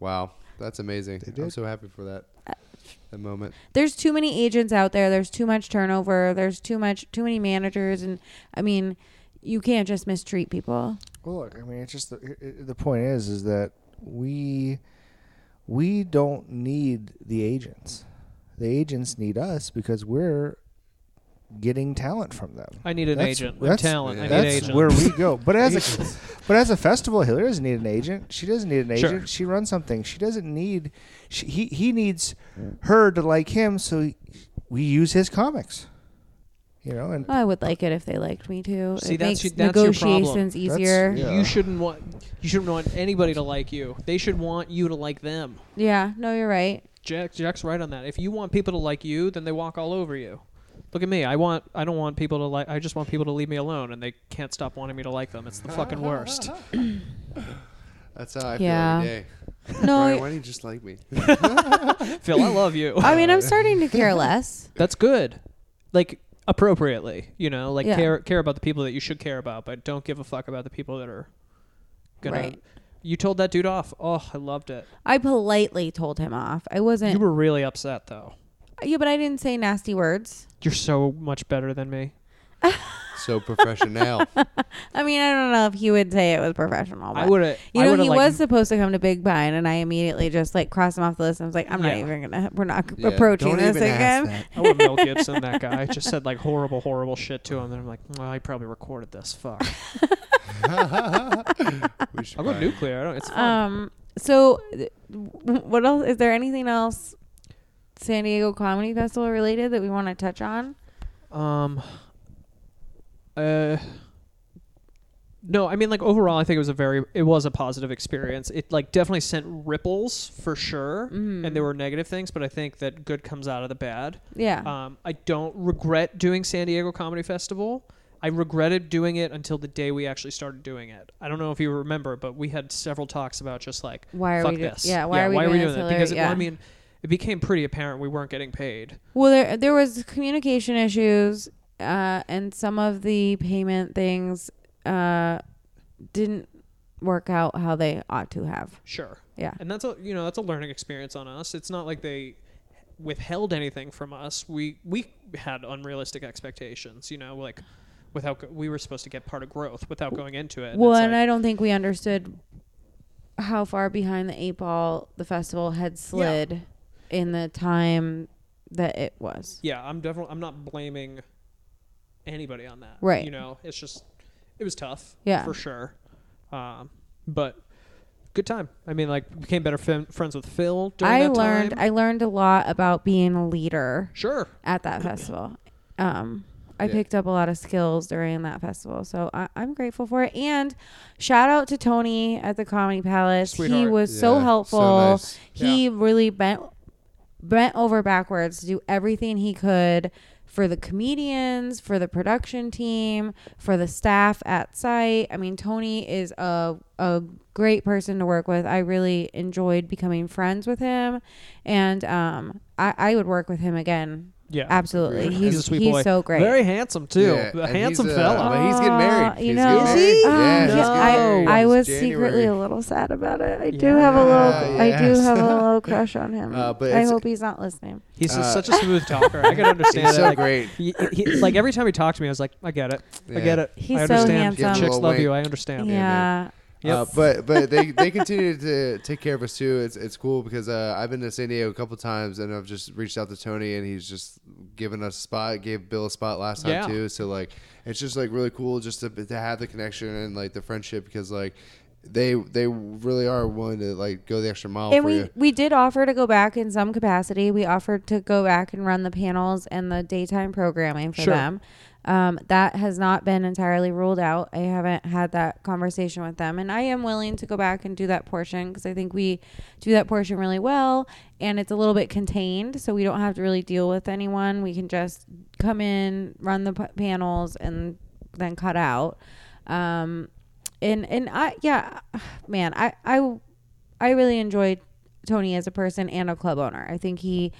wow. That's amazing. I'm
did.
so happy for that.
Uh,
That moment.
there's too many agents out there. There's too much turnover. There's too much too many managers, and I mean, you can't just mistreat people.
Well, look, I mean, it's just the, it- it, the point is, is that we we don't need the agents. The agents need us because we're getting talent from them.
I need an
That's-
agent. with
that's-
talent. I need an
That's
agent.
where we go. But as a but as a festival, Hillary doesn't need an agent. She doesn't need an
Sure.
agent. She runs something. She doesn't need. She, he he needs her to like him, so we use his comics. You know, and
I would like it if they liked me too.
See,
it
that's y-
makes
that's your problem.
negotiations
That's-
easier.
yeah.
You shouldn't want you shouldn't want anybody to like you. They should want you to like them.
yeah, no, you're right.
Jack Jack's right on that. If you want people to like you, then they walk all over you. Look at me. I want I don't want people to like I just want people to leave me alone and they can't stop wanting me to like them. It's the fucking worst.
That's how I
Yeah.
feel every day.
No,
Ryan,
I-
why do you just like me?
Phil, I love you.
I mean, I'm starting to care less.
That's good. Like appropriately, you know, like
Yeah.
care care about the people that you should care about, but don't give a fuck about the people that are gonna
Right.
You told that dude off. Oh, I loved it.
I politely told him off. I wasn't.
You were really upset though.
yeah, but I didn't say nasty words.
You're so much better than me.
so professional.
I mean, I don't know if he would say it was professional.
I
but-
would have.
You
I
know,
would've,
he
like,
was supposed to come to Big Pine, and I immediately just like crossed him off the list. And I was like, I'm not
Yeah.
even gonna. We're not
Yeah,
approaching
don't
this
even ask
again.
that.
I want Mel Gibson, that guy. I just said like horrible, horrible shit to him. And I'm like, well, I probably recorded this. Fuck.
We should
I'll go
probably-
nuclear. I don't, it's fun.
Um. So, th- what else? Is there anything else San Diego Comedy Festival related that we want to touch on?
Um. Uh. No, I mean like overall, I think it was a very it was a positive experience. It like definitely sent ripples for sure, and there were negative things, but I think that good comes out of the bad.
Yeah.
Um, I don't regret doing San Diego Comedy Festival. I regretted doing it until the day we actually started doing it. I don't know if you remember, but we had several talks about just like
Why are
fuck
we do-
this.
yeah, why are we doing this,
that?
Hillary?
Because well, I
Yeah.
mean, it became pretty apparent we weren't getting paid.
Well, there there was communication issues, uh, and some of the payment things uh, didn't work out how they ought to have.
Sure.
Yeah.
And that's a you know that's a learning experience on us. It's not like they withheld anything from us. We we had unrealistic expectations. You know, like without go- we were supposed to get part of growth without going into it.
Well,
it's
and
like-
I don't think we understood how far behind the eight ball the festival had slid in the time that it was.
yeah, I'm definitely I'm not blaming anybody on that.
Right.
You know, it's just it was tough.
Yeah.
For sure. Um, but good time. I mean, like became better fin- friends with Phil. During
I
that
learned
Time.
I learned a lot about being a leader
sure.
at that festival. Um, I
Yeah.
picked up a lot of skills during that festival, so I, I'm grateful for it. And shout out to Tony at the Comedy Palace. He
Sweetheart.
was so
Yeah, so
helpful.
nice.
He really bent bent over backwards to do everything he could for the comedians, for the production team, for the staff at site. I mean, Tony is a a great person to work with. I really enjoyed becoming friends with him, and um, I, I would work with him again.
Yeah.
Absolutely,
Agreed.
he's
He's a sweet
he's
boy.
so great.
Very handsome too.
Yeah,
a
and
handsome
he's, uh,
fella.
Well, he's getting married.
Oh,
He's
you
getting
know,
Is he?
married. Yeah, he's
Oh,
getting married.
I, I
It's
was
January.
secretly a little sad about it. I do have a little,
Yeah,
I do
yes.
have a little crush on him.
Uh, but
I
it's-
hope he's not listening.
He's just
Uh,
such a smooth talker. I can understand
He's
it.
so
like,
great.
he- he- like every time he talked to me, I was like, I get it. I
Yeah.
get it.
He's
I
so
understand.
handsome.
Chicks love
Wait.
you. I understand.
Yeah,
man.
Yep.
Uh, but but they, they continue to take care of us too. It's it's cool because uh, I've been to San Diego a couple times and I've just reached out to Tony and he's just given us a spot. Gave Bill a spot last time
Yeah.
too. So like it's just like really cool just to, to have the connection and like the friendship because like they they really are willing to like go the extra mile
and
for
we
you.
we did offer to go back in some capacity. We offered to go back and run the panels and the daytime programming for
Sure.
them. Um, that has not been entirely ruled out. I haven't had that conversation with them, and I am willing to go back and do that portion because I think we do that portion really well, and it's a little bit contained, so we don't have to really deal with anyone. We can just come in, run the p- panels, and then cut out. Um, and and I yeah, man, I I I really enjoyed Tony as a person and a club owner. I think he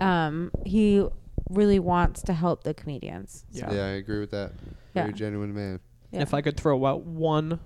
um he really wants to help the comedians. So.
yeah, I agree with that.
Yeah.
Very genuine man.
Yeah.
If I could throw out one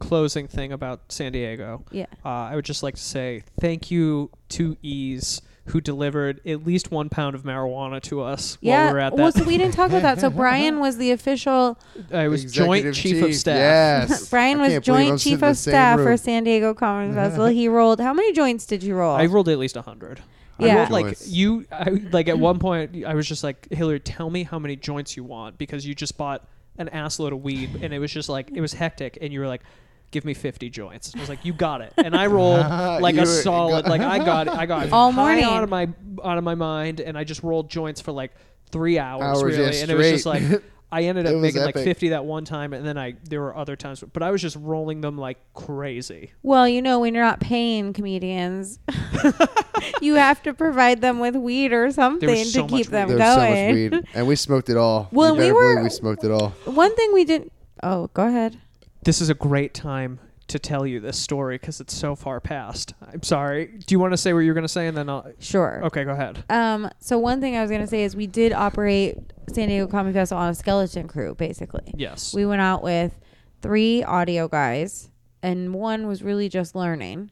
closing thing about San Diego,
Yeah.
uh, I would just like to say thank you to Ease, who delivered at least one pound of marijuana to us while we were at that.
well, so we didn't talk about that. So Brian was the official.
I was
Executive
joint chief, of staff.
Yes.
Brian
I
was
can't believe I'm
joint
sitting
chief
in the
of
same
staff
room.
for San Diego Comedy Festival. He rolled. How many joints did you roll?
I rolled at least hundred.
Yeah.
I rolled like
Joints.
you, I, like at one point, I was just like, Hillary, tell me how many joints you want because you just bought an assload of weed and it was just like it was hectic, and you were like, give me 50 joints. I was like, you got it. And I rolled like
You
a
were-
solid,
got-
like I got it. I got
All
high
morning.
out of my out of my mind, and I just rolled joints for like three hours,
Hours,
really.
yeah,
and it was just like
straight.
I ended
It
up
was
making like
epic.
50 that one time, and then I there were other times, but I was just rolling them like crazy.
Well, you know, when you're not paying comedians, you have to provide them with weed or something
so
to
much
keep them
There was so much
going.
weed, and we smoked it all.
Well,
you
we
better
were-
believe we smoked it all.
One thing we didn't. Oh, go ahead.
This is a great time to tell you this story because it's so far past. I'm sorry. Do you want to say what you're going to say, and then I'll.
Sure.
Okay, go ahead.
Um. So one thing I was gonna say is we did operate San Diego Comedy Festival on a skeleton crew, basically.
Yes.
We went out with three audio guys, and one was really just learning.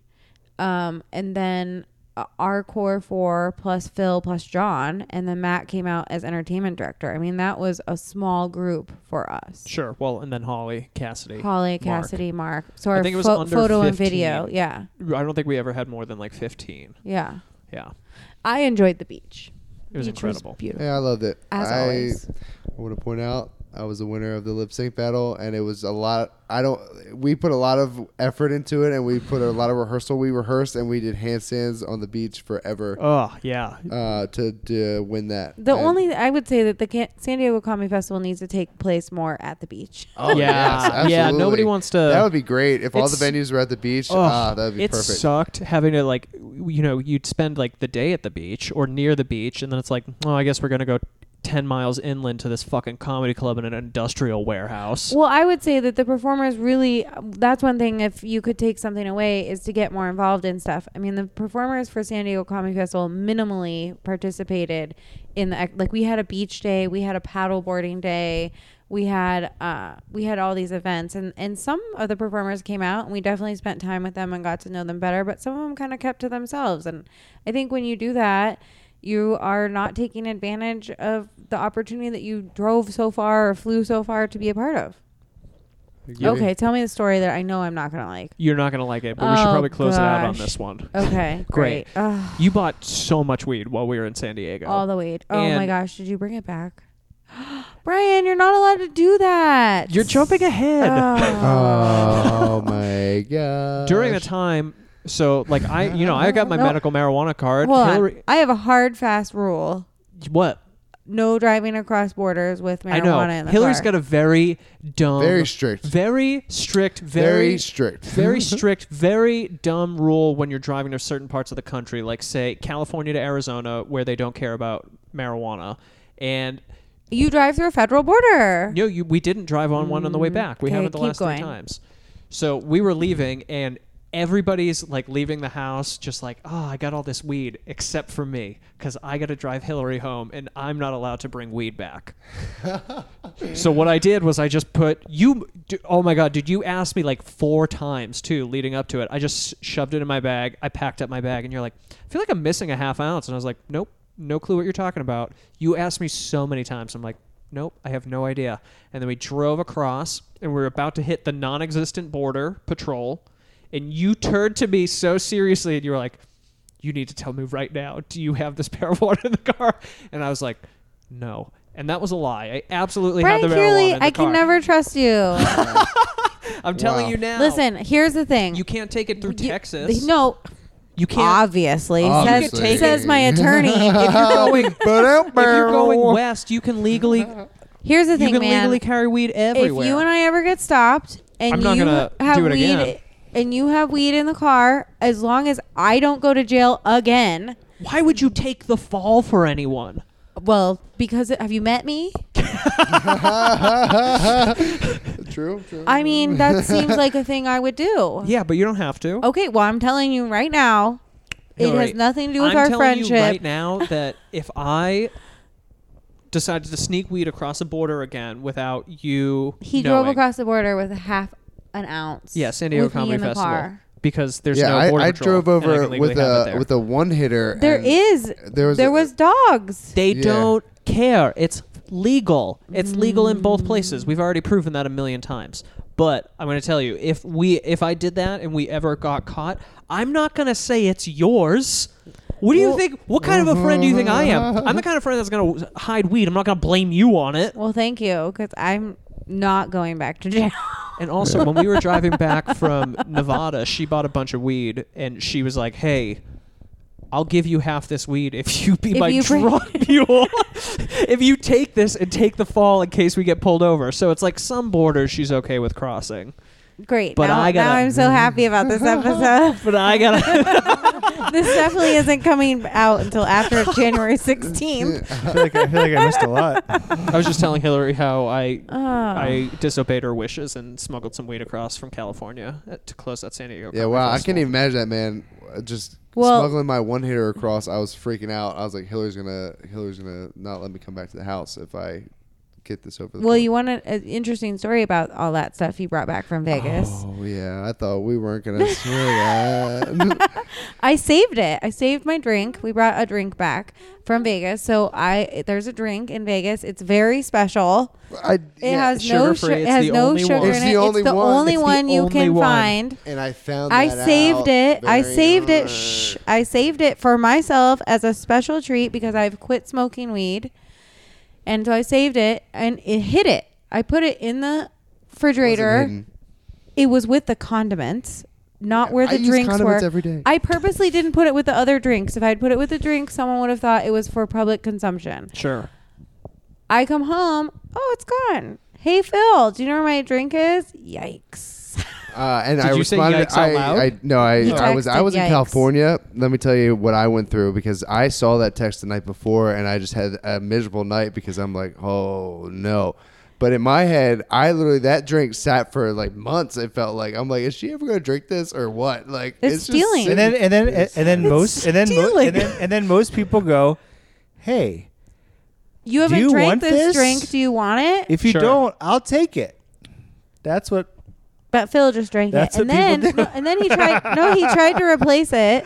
Um, and then uh, our core four plus Phil plus John, and then Matt came out as entertainment director. I mean, that was a small group for us.
Sure. Well, and then Holly Cassidy.
Holly,
Mark.
Cassidy, Mark. So our
think it was
pho-
under
photo and
15.
video. Yeah,
I don't think we ever had more than like 15.
yeah.
Yeah.
I enjoyed the beach.
It was
Beach
incredible.
beautiful.
Yeah, I loved it.
As
I,
always.
I want to point out I was the winner of the lip sync battle, and it was a lot. I don't. We put a lot of effort into it, and we put a lot of rehearsal. We rehearsed, and we did handstands on the beach forever
Oh, yeah.
uh, to to win that.
The
And-
only I would say that the Can- San Diego Comedy Festival needs to take place more at the beach.
Oh,
Yeah,
yes,
yeah,
absolutely.
nobody wants to-
That would be great if all the
Uh, It's-
venues were at the beach.
Oh,
ah, that would be
it
perfect.
sucked having to like, you know, you'd spend like the day at the beach or near the beach, and then it's like, oh, I guess we're gonna go ten miles inland to this fucking comedy club in an industrial warehouse.
Well, I would say that the performers really that's one thing if you could take something away is to get more involved in stuff. I mean, the performers for San Diego Comedy Festival minimally participated in the like we had a beach day, we had a paddleboarding day, we had uh we had all these events and and some of the performers came out and we definitely spent time with them and got to know them better, but some of them kind of kept to themselves and I think when you do that, you are not taking advantage of the opportunity that you drove so far or flew so far to be a part of. Okay, tell me the story that I know I'm not gonna like.
You're not gonna like it, but we should
Oh,
probably close it out on
gosh.
this one.
Okay,
Great.
great. Ugh,
You bought so much weed while we were in San Diego.
all the weed. Oh
And-
my gosh, did you bring it back? Brian, you're not allowed to do that.
You're jumping ahead.
Oh,
Uh,
Oh my god!
During the time, so like I, you know, I got my
No.
medical marijuana card.
Hold on.
Hillary-
I have a hard fast rule.
what?
No driving across borders with marijuana
I know.
in the
Hillary's
car.
got a very dumb,
Very strict.
very strict,
Very
very
strict.
very strict, very dumb rule when you're driving to certain parts of the country, like say California to Arizona, where they don't care about marijuana. And
you drive through a federal border.
no, you, we didn't drive on one on the way back. We
Mm. Okay,
haven't the
keep
last
going.
three times. So we were leaving, and everybody's like leaving the house, just like, oh, I got all this weed, except for me, because I got to drive Hillary home, and I'm not allowed to bring weed back. so what I did was I just put you. d- Oh my god, did you ask me like four times too, leading up to it? I just shoved it in my bag. I packed up my bag, and you're like, I feel like I'm missing a half ounce, and I was like, nope, no clue what you're talking about. You asked me so many times. I'm like, nope, I have no idea. And then we drove across, and we were about to hit the non-existent border patrol, and you turned to me so seriously, and you were like. You need to tell me right now. Do you have this marijuana in the car? And I was like, no. And that was a lie. I absolutely
Brian
had the marijuana
Kearley,
in the
I can
car.
never trust you.
I'm telling
Wow.
you now.
Listen, here's the thing.
you can't take it through
You-
Texas.
No,
you can't.
obviously,
Obviously.
Says, says my attorney.
If you're going,
Ba-dum,
if you're going
bow.
west, you can legally
Here's the
you
thing,
can
man.
legally carry weed everywhere.
If you and I ever get stopped and
I'm not
you
gonna
have
do it
weed
again.
and you have weed in the car, as long as I don't go to jail again,
Why would you take the fall for anyone?
well, because have you met me?
True. True.
I mean, that seems like a thing I would do.
Yeah, but you don't have to.
Okay, well, I'm telling you right now, it
Oh, Hillary,
has nothing to do with
I'm
our
telling
friendship.
You right now that if I decided to sneak weed across a border again without you
he
knowing,
drove across the border with half an ounce.
yeah, San Diego
with me
Comedy
in the
Festival
car.
because there's
yeah,
no border
I, I
patrol,
drove
and I
over
can legally have
with
it
a
there.
with a one hitter.
There
and
is.
There was.
There
a-
was dogs.
They
Yeah.
don't care. It's legal. It's legal in both places. We've already proven that a million times. But I'm going to tell you, if we if I did that and we ever got caught, I'm not going to say it's yours. What do you think? What kind of a friend do you think I am? I'm the kind of friend that's going to hide weed. I'm not going to blame you on it.
Well, thank you, because I'm not going back to jail.
And also, when we were driving back from Nevada, she bought a bunch of weed, and she was like, "Hey." I'll give you half this weed if you be
If
my
you bring-
drug mule. if you take this and take the fall in case we get pulled over. So it's like some borders she's okay with crossing.
Great.
But
now,
I gotta-
now I'm so happy about this episode.
But I gotta
this definitely isn't coming out until after January 16th.
I feel like I feel like I missed a lot.
I was just telling Hillary how I
Oh.
I disobeyed her wishes and smuggled some weed across from California uh, to close that San Diego.
Yeah,
Comic
wow. I
Festival.
can't even imagine that, man. Uh, Just
Well-
smuggling my one hitter across, I was freaking out. I was like, Hillary's gonna, Hillary's gonna not let me come back to the house if I get this over the.
well,
border.
you want an an interesting story about all that stuff you brought back from Vegas.
Oh yeah, I thought we weren't gonna say that.
I saved it. I saved my drink. We brought a drink back from Vegas. So I there's a drink in Vegas. It's very special.
I
It
yeah,
has no
sugar-free.
sugar. It
It's
has
the
no
only
sugar
one.
in
It's
it.
the only
it's the
one.
only
It's the
one you
only
can
one.
find.
and I found.
I
that
saved
out
it. I
very
saved it.
early.
Shh. I saved it for myself as a special treat because I've quit smoking weed. And so I saved it and it hid it. I put it in the refrigerator.
hidden.
It was with the condiments, not where
I
the
use
drinks
condiments
were.
every day.
I purposely didn't put it with the other drinks. If I'd put it with the drinks, someone would have thought it was for public consumption.
Sure.
I come home, oh, it's gone. Hey Phil, do you know where my drink is? Yikes.
Uh, and
Did
I
you say
responded.
yikes out
I,
loud?
I no, I,
You
I was I
texted
was
yikes.
in California. Let me tell you what I went through because I saw that text the night before, and I just had a miserable night because I'm like, oh no. But in my head, I literally that drink sat for like months. It felt like I'm like, is she ever gonna drink this or what? Like
It's
just
stealing.
And
sitting-
then and then and then most and then, mo-
stealing.
and then and then most people go, "Hey,
You haven't
you
drank
want
this,
this?
drink. Do you want it?
if you
Sure.
don't, I'll take it." That's what
But Phil just drank
That's
it, and
what people do.
then no, and then he tried. No, he tried to replace it,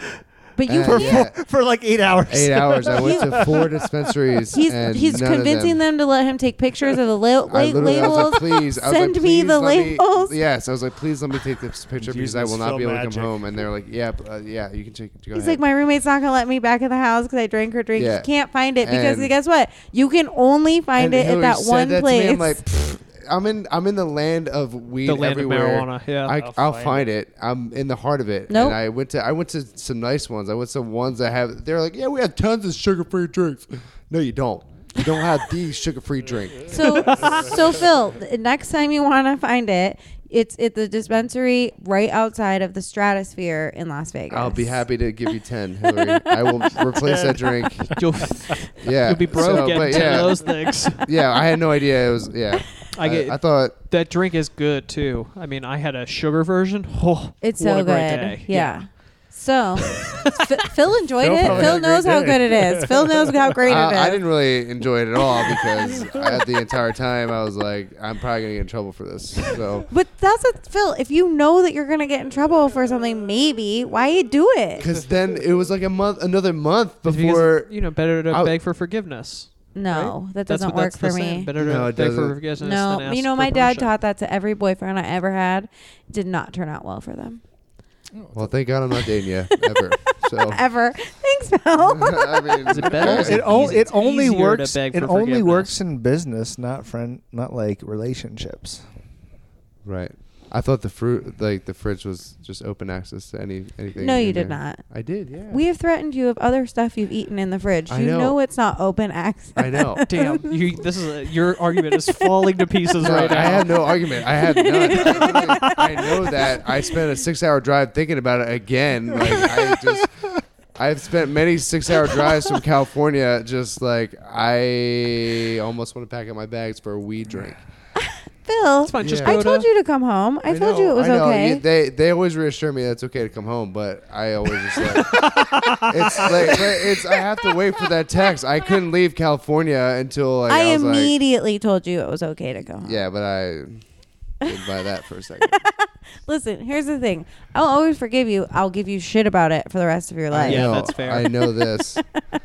but you
Uh,
for,
can't.
Yeah.
for, for like eight hours.
eight hours. I went to four dispensaries.
He's
and
he's
none of
convincing them. to let him take pictures of the la-
I
la-
literally I was
labels.
like, please. I was
Send
like,
me
please
the
let me-
labels.
yes, I was like, please let me take this picture because I
Jesus,
will not
Phil
be able to
Magic.
come home. And they're like, yeah, uh, yeah, you can take. Go
He's
ahead.
like, my roommate's not gonna let me back in the house because I drank her drink.
Yeah.
She can't find it because
And-
guess what? You can only find
And
it
Hillary
at that
said
one
that to me,
place.
I'm like, "Pfft, I'm in. I'm in the land of weed.
The land of
everywhere.
marijuana, yeah.
I,
I'll
I'll,
find
find, it. I'm in the heart of it.
Nope.
And I went to. I went to some nice ones. I went to some ones that have. They're like, yeah, we have tons of sugar-free drinks. No, you don't. You don't have the sugar-free drink.
so so Phil, the next time you wanna find it, it's at the dispensary right outside of the Stratosphere in Las Vegas.
I'll be happy to give you ten, Hillary. I will replace that drink.
You'll,
Yeah,
you'll be broke
so,
getting
but
10
yeah.
of those things.
yeah, I had no idea. It was yeah.
I get-
I, thought
that drink is good, too. I mean, I had a sugar version. Oh,
It's
what
so
a
good.
great
Yeah.
day.
So F- Phil enjoyed
Phil
it.
probably
Phil
had a
knows
great
how
day.
good it is. Phil knows how great
I, Uh, I
it is.
didn't really enjoy it at all because I, the entire time I was like, I'm probably gonna get in trouble for this. So
But that's a Phil. If you know that you're gonna get in trouble for something, maybe why you do it?
because then it was like a month, another month
It's because,
before.
you know, better to
I-
beg for forgiveness.
No, that
That's
doesn't
what
work
that's
for
the saying.
me.
Better to
No, it
beg
doesn't.
for forgiveness
No,
than
you
ask
know,
for
my dad
permission.
taught that to every boyfriend I ever had. Did not turn out well for them.
Well, thank God I'm not dating you ever. So
Ever. Thanks, Phil.
I mean,
Is it better? It's
Oh, it, o-
easy-
it
it's
only
easier to
works.
beg
It
for
only
forgiveness.
works in business, not friend, not like relationships.
Right. I thought the fruit, like the fridge, was just open access to any anything.
no, you
in
did
there.
not.
I did. Yeah.
We have threatened you of other stuff you've eaten in the fridge.
Hmm. I
You know.
know.
it's not open access.
I know.
Damn, you, this is a, your argument is falling to pieces
No,
right now.
I had no argument. I had none. I, I know that. I spent a six-hour drive thinking about it again. Like I just, I've spent many six-hour drives from California. Just like I almost want to pack up my bags for a weed drink.
Phil,
It's fine. Just
Yeah.
go
I told
to-
you to come home. I, told
know,
you it was
I know.
okay.
You- They they always reassure me that it's okay to come home, but I always just like it's like but it's I have to wait for that text. I couldn't leave California until like, I,
I,
was like
immediately told you it was okay to go home.
yeah, but I didn't buy that for a second.
Listen, here's the thing. I'll always forgive you. I'll give you shit about it for the rest of your
I
life.
Yeah,
know,
that's fair.
I know this. Uh,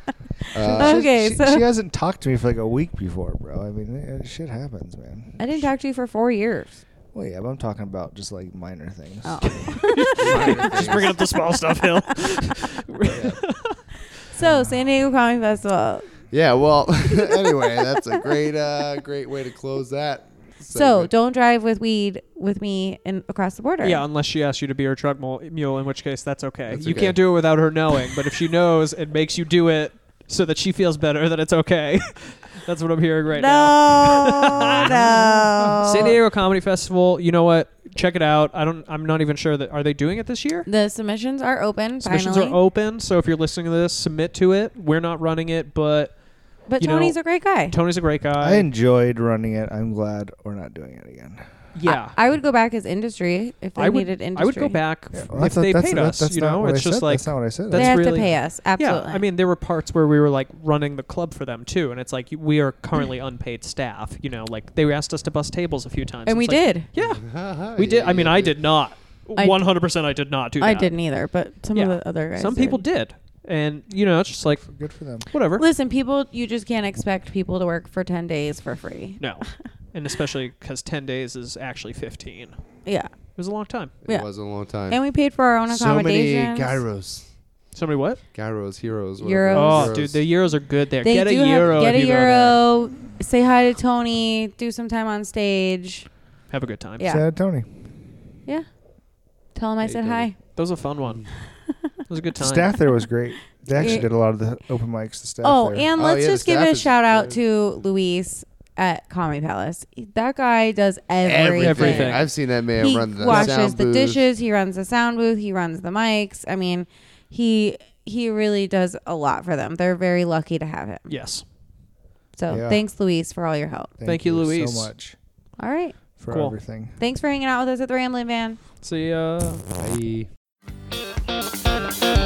She-
Okay,
she,
so-
she hasn't talked to me for like a week before, bro. I mean, eh, shit happens, man.
I didn't talk to you for four years.
Well, yeah, but I'm talking about just like minor things.
Oh.
Just bringing up the small stuff, Hill.
So, San Diego Comedy Festival.
yeah, well, anyway, that's a great, uh, great way to close that.
So
segment.
don't drive with weed with me and across the border.
Yeah, unless she asks you to be her truck mul- mule, in which case that's okay.
That's
you
okay.
can't do it without her knowing, but if she knows, it makes you do it so that she feels better that it's okay. that's what I'm hearing right now.
no, no.
San Diego Comedy Festival, you know what? Check it out. I don't I'm not even sure that are they doing it this year?
The submissions are open.
Submissions
finally.
are open, so if you're listening to this, submit to it. We're not running it, but
But
you know,
Tony's a great guy.
Tony's a great guy.
I enjoyed running it. I'm glad we're not doing it again.
yeah.
I would go back as industry if they
I would,
needed industry.
I would go back f-
Well, that's-
if they
that's-
paid
that-
us.
that's
you
not
know,
what I
it's just
said.
like
that's not what I said.
They
That's
have
really-
to pay us. Absolutely.
Yeah, I mean, there were parts where we were like running the club for them too, and it's like we are
Mm.
currently unpaid staff. You know, like they asked us to bus tables a few times,
and we
It's like-
did.
Yeah, we did. I mean, I did not.
I-
One hundred percent, I did not do that.
I didn't either, but some
Yeah.
of the other guys.
Some people did, and you know, it's just like
Good for them.
whatever.
Listen, people, you just can't expect people to work for 10 days for free.
No, and especially because ten days is actually fifteen. It
Yeah.
was a long time.
Yeah.
It was a long time.
And we paid for our own
so many
accommodations.
gyros,
Somebody what?
gyros, heroes.
Euros.
Oh,
Euros.
dude, the euros are good there.
They
get a
do have-
euro.
get
if
a
you go there.
euro. Say hi to Tony. Do some time on stage.
Have a good time.
Yeah.
Sad Tony.
Yeah. Tell him I
Hey,
said
Tony.
hi.
that was a fun one. It was a good
The
time.
staff there was great. They actually
Yeah.
did a lot of the open mics. The staff.
Oh,
there.
and
Oh,
let's
yeah, the
just give
staff
a
is
shout out
good.
to Luis at Comedy Palace. That guy does everything.
Everything.
I've seen that man
he
run the
washes
sound
the
booth.
dishes. He runs the sound booth. He runs the mics. I mean, he he really does a lot for them. They're very lucky to have him.
Yes.
So
Yeah.
thanks, Luis, for all your help.
Thank you, Luis.
so much
All right.
for
Cool.
everything.
uh,
Thanks for hanging out with us at the Rambling Van.
See ya.
Bye.